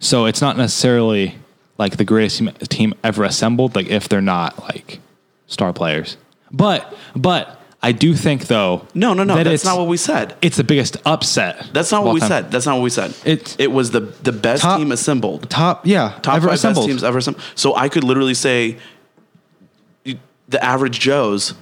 Speaker 1: So it's not necessarily like the greatest team, team ever assembled, like if they're not like star players. But, but I do think though.
Speaker 2: No, no, no.
Speaker 1: that
Speaker 2: that's
Speaker 1: it's-
Speaker 2: not what we said.
Speaker 1: It's the biggest upset.
Speaker 2: That's not
Speaker 1: of
Speaker 2: what
Speaker 1: all
Speaker 2: we
Speaker 1: time.
Speaker 2: said. That's not what we said.
Speaker 1: It's-
Speaker 2: it was the the best
Speaker 1: Top-
Speaker 2: team assembled.
Speaker 1: Top, yeah,
Speaker 2: top
Speaker 1: ever
Speaker 2: five
Speaker 1: assembled.
Speaker 2: best teams ever assembled. So I could literally say you- the average Joes.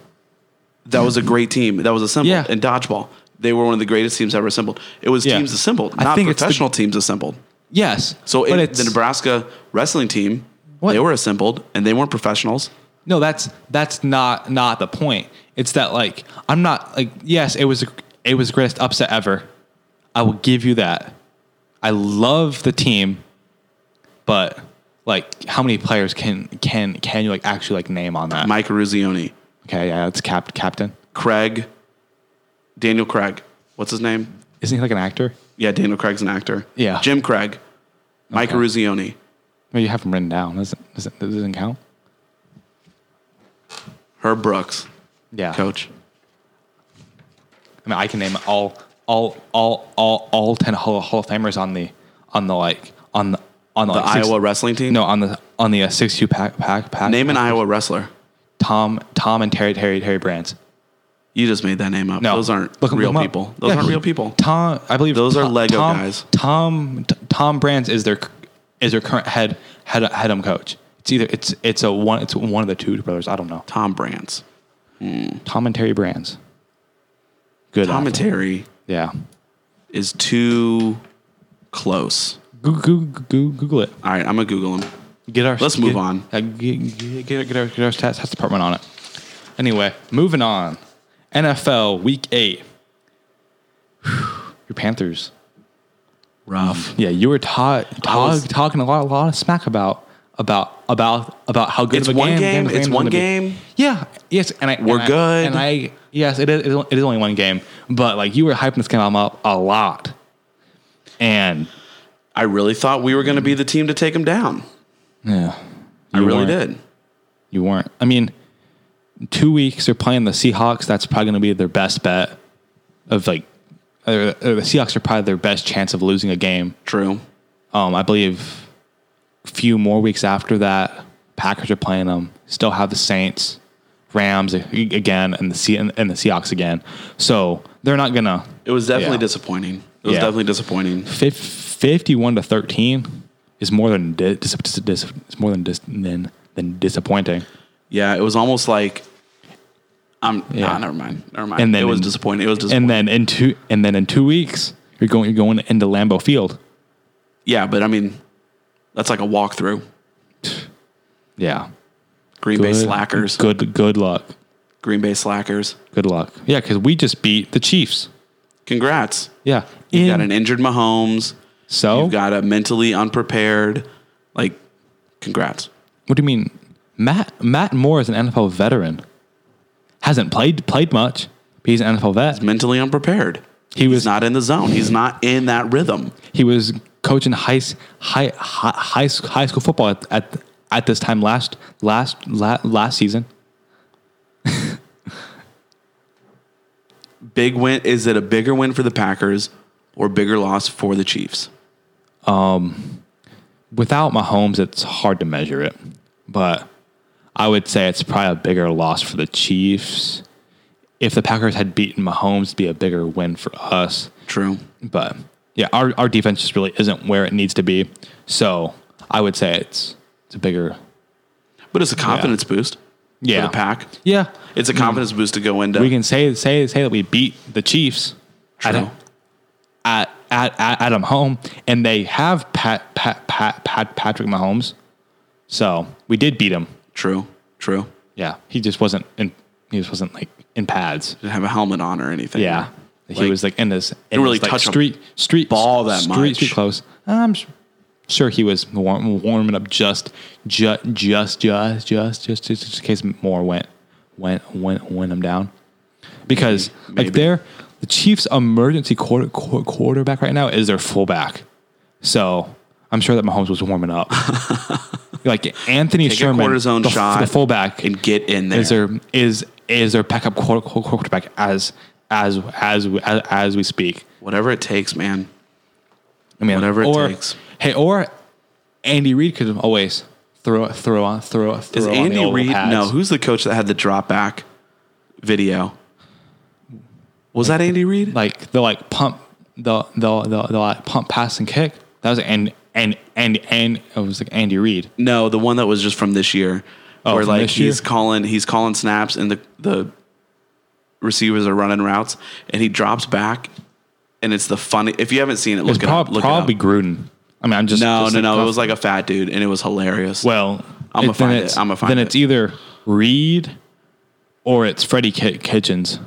Speaker 2: That was a great team. That was assembled
Speaker 1: Yeah.
Speaker 2: in dodgeball. They were one of the greatest teams ever assembled. It was
Speaker 1: Yeah.
Speaker 2: teams assembled,
Speaker 1: I
Speaker 2: not
Speaker 1: think it's the-
Speaker 2: professional teams assembled.
Speaker 1: Yes.
Speaker 2: So
Speaker 1: but
Speaker 2: it, the Nebraska wrestling team,
Speaker 1: What?
Speaker 2: they were assembled and they weren't professionals.
Speaker 1: No, that's that's not not the point. It's that like I'm not like yes, it was it was the greatest upset ever. I will give you that. I love the team, but like how many players can can can you like actually like name on that?
Speaker 2: Mike Ruzioni,
Speaker 1: okay, yeah, that's cap captain.
Speaker 2: Craig, Daniel Craig. What's his name?
Speaker 1: Isn't he like an actor?
Speaker 2: Yeah, Daniel Craig's an actor.
Speaker 1: Yeah.
Speaker 2: Jim Craig, Mike
Speaker 1: Okay.
Speaker 2: Ruzioni.
Speaker 1: I mean, you have him written down. Doesn't doesn't doesn't count.
Speaker 2: Herb Brooks.
Speaker 1: Yeah.
Speaker 2: coach.
Speaker 1: I mean, I can name all all all all all ten Hall, Hall of Famers on the on the like on the on the,
Speaker 2: The
Speaker 1: like, six-
Speaker 2: Iowa wrestling team.
Speaker 1: No, on the on the uh, six two pack pack pack.
Speaker 2: name an Iowa wrestler.
Speaker 1: Tom Tom and Terry Terry Terry Brands.
Speaker 2: You just made that name up.
Speaker 1: No,
Speaker 2: those aren't
Speaker 1: Look 'em-
Speaker 2: real
Speaker 1: look 'em up.
Speaker 2: people. Those
Speaker 1: Yeah,
Speaker 2: aren't
Speaker 1: he-
Speaker 2: real people.
Speaker 1: Tom, I believe
Speaker 2: Those are
Speaker 1: Tom-
Speaker 2: Lego
Speaker 1: Tom-
Speaker 2: guys.
Speaker 1: Tom T- Tom Brands is their is their current head head head um coach. It's either it's it's a one it's one of the two brothers. I don't know.
Speaker 2: Tom Brands.
Speaker 1: Tom and Terry Brands. Good.
Speaker 2: Tom and
Speaker 1: athlete.
Speaker 2: Terry
Speaker 1: Yeah.
Speaker 2: is too close.
Speaker 1: Goo- goo- goo- Google it.
Speaker 2: All right, I'm gonna Google him.
Speaker 1: Get our
Speaker 2: Let's
Speaker 1: get-
Speaker 2: move on.
Speaker 1: uh, get, get, get, get our get our stats, stats department on it. Anyway, moving on. NFL Week Eight. Whew, Your Panthers.
Speaker 2: Rough.
Speaker 1: Yeah, you were ta- ta-
Speaker 2: was-
Speaker 1: talking a lot, a lot of smack about about about about how good
Speaker 2: It's
Speaker 1: of a
Speaker 2: one
Speaker 1: game.
Speaker 2: game.
Speaker 1: the
Speaker 2: It's
Speaker 1: game's
Speaker 2: one
Speaker 1: gonna be.
Speaker 2: game.
Speaker 1: Yeah. Yes. And I and
Speaker 2: We're
Speaker 1: I-
Speaker 2: good.
Speaker 1: And I yes, it is. It is only one game, but like you were hyping this game up a lot, and
Speaker 2: I really thought we were gonna be the team to take him down.
Speaker 1: yeah,
Speaker 2: I really
Speaker 1: weren't.
Speaker 2: did.
Speaker 1: You weren't. I mean, two weeks they're playing the Seahawks. That's probably going to be their best bet of like. Or or the Seahawks are probably their best chance of losing a game.
Speaker 2: True.
Speaker 1: Um, I believe a few more weeks after that, Packers are playing them. Still have the Saints, Rams a- again, and the Se- and the Seahawks again. So they're not gonna
Speaker 2: It was definitely
Speaker 1: Yeah.
Speaker 2: disappointing. It was
Speaker 1: Yeah.
Speaker 2: definitely disappointing.
Speaker 1: fif- fifty-one to thirteen is more than di- dis- dis- dis- it's more than dis- than than disappointing.
Speaker 2: Yeah, it was almost like I'm
Speaker 1: Yeah.
Speaker 2: nah, never mind. Never mind.
Speaker 1: And then
Speaker 2: it was
Speaker 1: in-
Speaker 2: disappointing. It was disappointing.
Speaker 1: And then in two and then in two weeks you're going you're going into Lambeau Field.
Speaker 2: yeah, but I mean that's like a walkthrough.
Speaker 1: Yeah,
Speaker 2: Green Bay slackers.
Speaker 1: Good good luck.
Speaker 2: Green Bay slackers.
Speaker 1: Good luck. Yeah, because we just beat the Chiefs.
Speaker 2: Congrats.
Speaker 1: Yeah,
Speaker 2: You
Speaker 1: In- Oh.
Speaker 2: got an injured Mahomes.
Speaker 1: so
Speaker 2: You've got a mentally unprepared. Like, congrats.
Speaker 1: What do you mean? Matt Matt Moore is an NFL veteran. Hasn't played played much, but he's an NFL vet.
Speaker 2: Mentally unprepared.
Speaker 1: He
Speaker 2: He's
Speaker 1: was
Speaker 2: not in the zone. He's not in that rhythm.
Speaker 1: he was coaching high s- high high high, s- high school football at, at at this time last last la, last season.
Speaker 2: Big win. Is it a bigger win for the Packers or bigger loss for the Chiefs?
Speaker 1: Without Mahomes, it's hard to measure it, but I would say it's probably a bigger loss for the Chiefs. If the Packers had beaten Mahomes, it'd be a bigger win for us.
Speaker 2: True.
Speaker 1: but yeah, our our defense just really isn't where it needs to be. So I would say it's it's a bigger
Speaker 2: But it's a confidence boost
Speaker 1: yeah
Speaker 2: for the Pack.
Speaker 1: Yeah,
Speaker 2: It's a confidence boost to go into.
Speaker 1: we can say say say that we beat the Chiefs at,
Speaker 2: True.
Speaker 1: at at at at 'em home, and they have Pat Pat Pat Pat Patrick Mahomes. So we did beat him.
Speaker 2: True. True.
Speaker 1: Yeah, he just wasn't in. He just wasn't like in pads.
Speaker 2: Didn't have a helmet on or anything.
Speaker 1: Yeah. he
Speaker 2: Like,
Speaker 1: was like in this in
Speaker 2: really
Speaker 1: this, like,
Speaker 2: touch 'em.
Speaker 1: street street
Speaker 2: Ball that
Speaker 1: street,
Speaker 2: much.
Speaker 1: Street close. I'm s- sure he was warm, warming up just just just just just just just, just in case more went went went went him down because
Speaker 2: Maybe.
Speaker 1: like they're the Chiefs' emergency quarter, quar- quarterback right now is their fullback. So I'm sure that Mahomes was warming up. like Anthony
Speaker 2: Take
Speaker 1: Sherman,
Speaker 2: a cortisone
Speaker 1: the, f-
Speaker 2: shot.
Speaker 1: the fullback,
Speaker 2: and get in there.
Speaker 1: is there is is there backup quarter- quarter- quarterback as as as as, as we speak?
Speaker 2: Whatever it takes, man.
Speaker 1: I mean,
Speaker 2: Whatever it
Speaker 1: or,
Speaker 2: takes.
Speaker 1: Hey, or Andy Reid could always throw throw on throw throw
Speaker 2: Is
Speaker 1: on the
Speaker 2: Andy
Speaker 1: old
Speaker 2: Reid?
Speaker 1: pads.
Speaker 2: No, who's the coach that had the drop back video? Was that Andy Reid?
Speaker 1: like the like pump the the the, the like pump pass and kick. That was and and and and it was like Andy Reid.
Speaker 2: No, the one that was just from this year,
Speaker 1: Oh,
Speaker 2: where
Speaker 1: from
Speaker 2: like
Speaker 1: this year?
Speaker 2: he's calling he's calling snaps and the the receivers are running routes and he drops back and it's the funny. If you haven't seen it,
Speaker 1: It was
Speaker 2: look it
Speaker 1: prob-
Speaker 2: up. Look
Speaker 1: probably
Speaker 2: it up.
Speaker 1: Gruden. I mean, I'm just
Speaker 2: No,
Speaker 1: just
Speaker 2: no, no. It
Speaker 1: off-
Speaker 2: was like a fat dude and it was hilarious.
Speaker 1: well.
Speaker 2: I'ma
Speaker 1: then
Speaker 2: find it.
Speaker 1: it's-
Speaker 2: I'ma find
Speaker 1: then
Speaker 2: it.
Speaker 1: it's either Reid or it's Freddie Ki- Kitchens.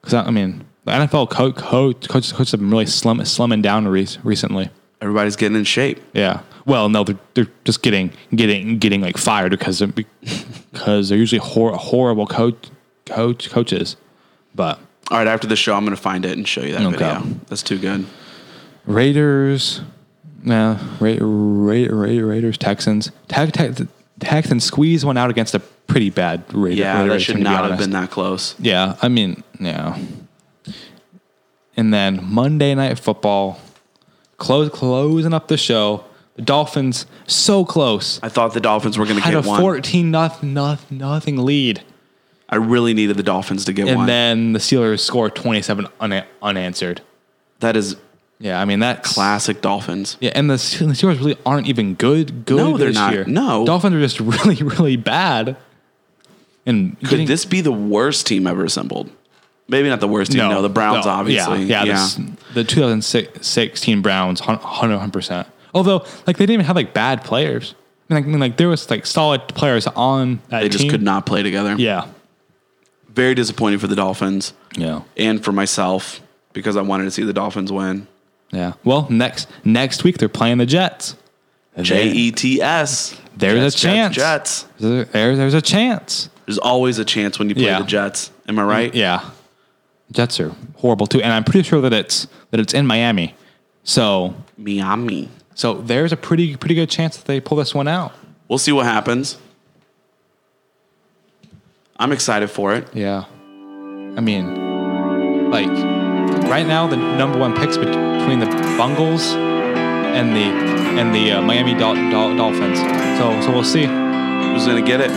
Speaker 1: Because I, I mean, the NFL co- co- coaches coaches have been really slum- slumming down re- recently.
Speaker 2: everybody's getting in shape.
Speaker 1: Yeah. Well, no, they're they're just getting getting getting like fired because they're, because they're usually hor- horrible coach coach coaches. But
Speaker 2: All right, after the show, I'm gonna find it and show you that
Speaker 1: Okay.
Speaker 2: video. That's too good.
Speaker 1: Raiders, no, Ra- Ra- Ra- Raiders, Texans, Tex- Tex- Texans squeeze one out against a pretty bad rating.
Speaker 2: Yeah, that should not have been
Speaker 1: That.
Speaker 2: that close.
Speaker 1: Yeah, I mean, yeah. And then Monday Night Football, close closing up the show. The Dolphins so close.
Speaker 2: I thought the Dolphins were going to
Speaker 1: Had
Speaker 2: get
Speaker 1: a
Speaker 2: one.
Speaker 1: fourteen nothing nothing, nothing lead,
Speaker 2: I really needed the Dolphins to get
Speaker 1: and
Speaker 2: one.
Speaker 1: then the Steelers score twenty seven un- unanswered.
Speaker 2: that is
Speaker 1: Yeah, I mean that
Speaker 2: classic Dolphins.
Speaker 1: Yeah, and the, Se- the Steelers really aren't even good. Good
Speaker 2: No, they're
Speaker 1: this
Speaker 2: not.
Speaker 1: year.
Speaker 2: No.
Speaker 1: Dolphins are just really, really bad. And
Speaker 2: Could this be the worst team ever assembled? Maybe not the worst team. No, the Browns,
Speaker 1: no,
Speaker 2: obviously.
Speaker 1: Yeah, yeah. this- the 2016 Browns, hun- 100. percent Although, like, they didn't even have like bad players. I mean, like, I mean, like there was like solid players on that
Speaker 2: they just
Speaker 1: team.
Speaker 2: could not play together.
Speaker 1: Yeah,
Speaker 2: Very disappointing for the Dolphins
Speaker 1: yeah,
Speaker 2: and for myself because I wanted to see the Dolphins win.
Speaker 1: yeah. Well, next next week they're playing the Jets.
Speaker 2: J E T S.
Speaker 1: There's a
Speaker 2: Jets, Jets,
Speaker 1: chance.
Speaker 2: Jets.
Speaker 1: There, there's a chance.
Speaker 2: There's always a chance when you play
Speaker 1: Yeah.
Speaker 2: the Jets. Am I right?
Speaker 1: Yeah, Jets are horrible too, and I'm pretty sure that it's that it's in Miami. So
Speaker 2: Miami.
Speaker 1: so there's a pretty pretty good chance that they pull this one out.
Speaker 2: We'll see what happens. I'm excited for it.
Speaker 1: Yeah, I mean, like right now the number one picks bet- between the Bungles and the and the uh, Miami Dol- Dol- Dolphins. So so we'll see.
Speaker 2: Who's gonna get it?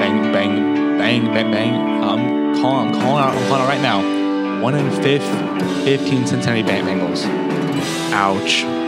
Speaker 1: Bang bang bang bang bang. I'm calling I'm calling out I'm calling out right now. One in fifth, 15 Cincinnati Bengals.
Speaker 2: Ouch.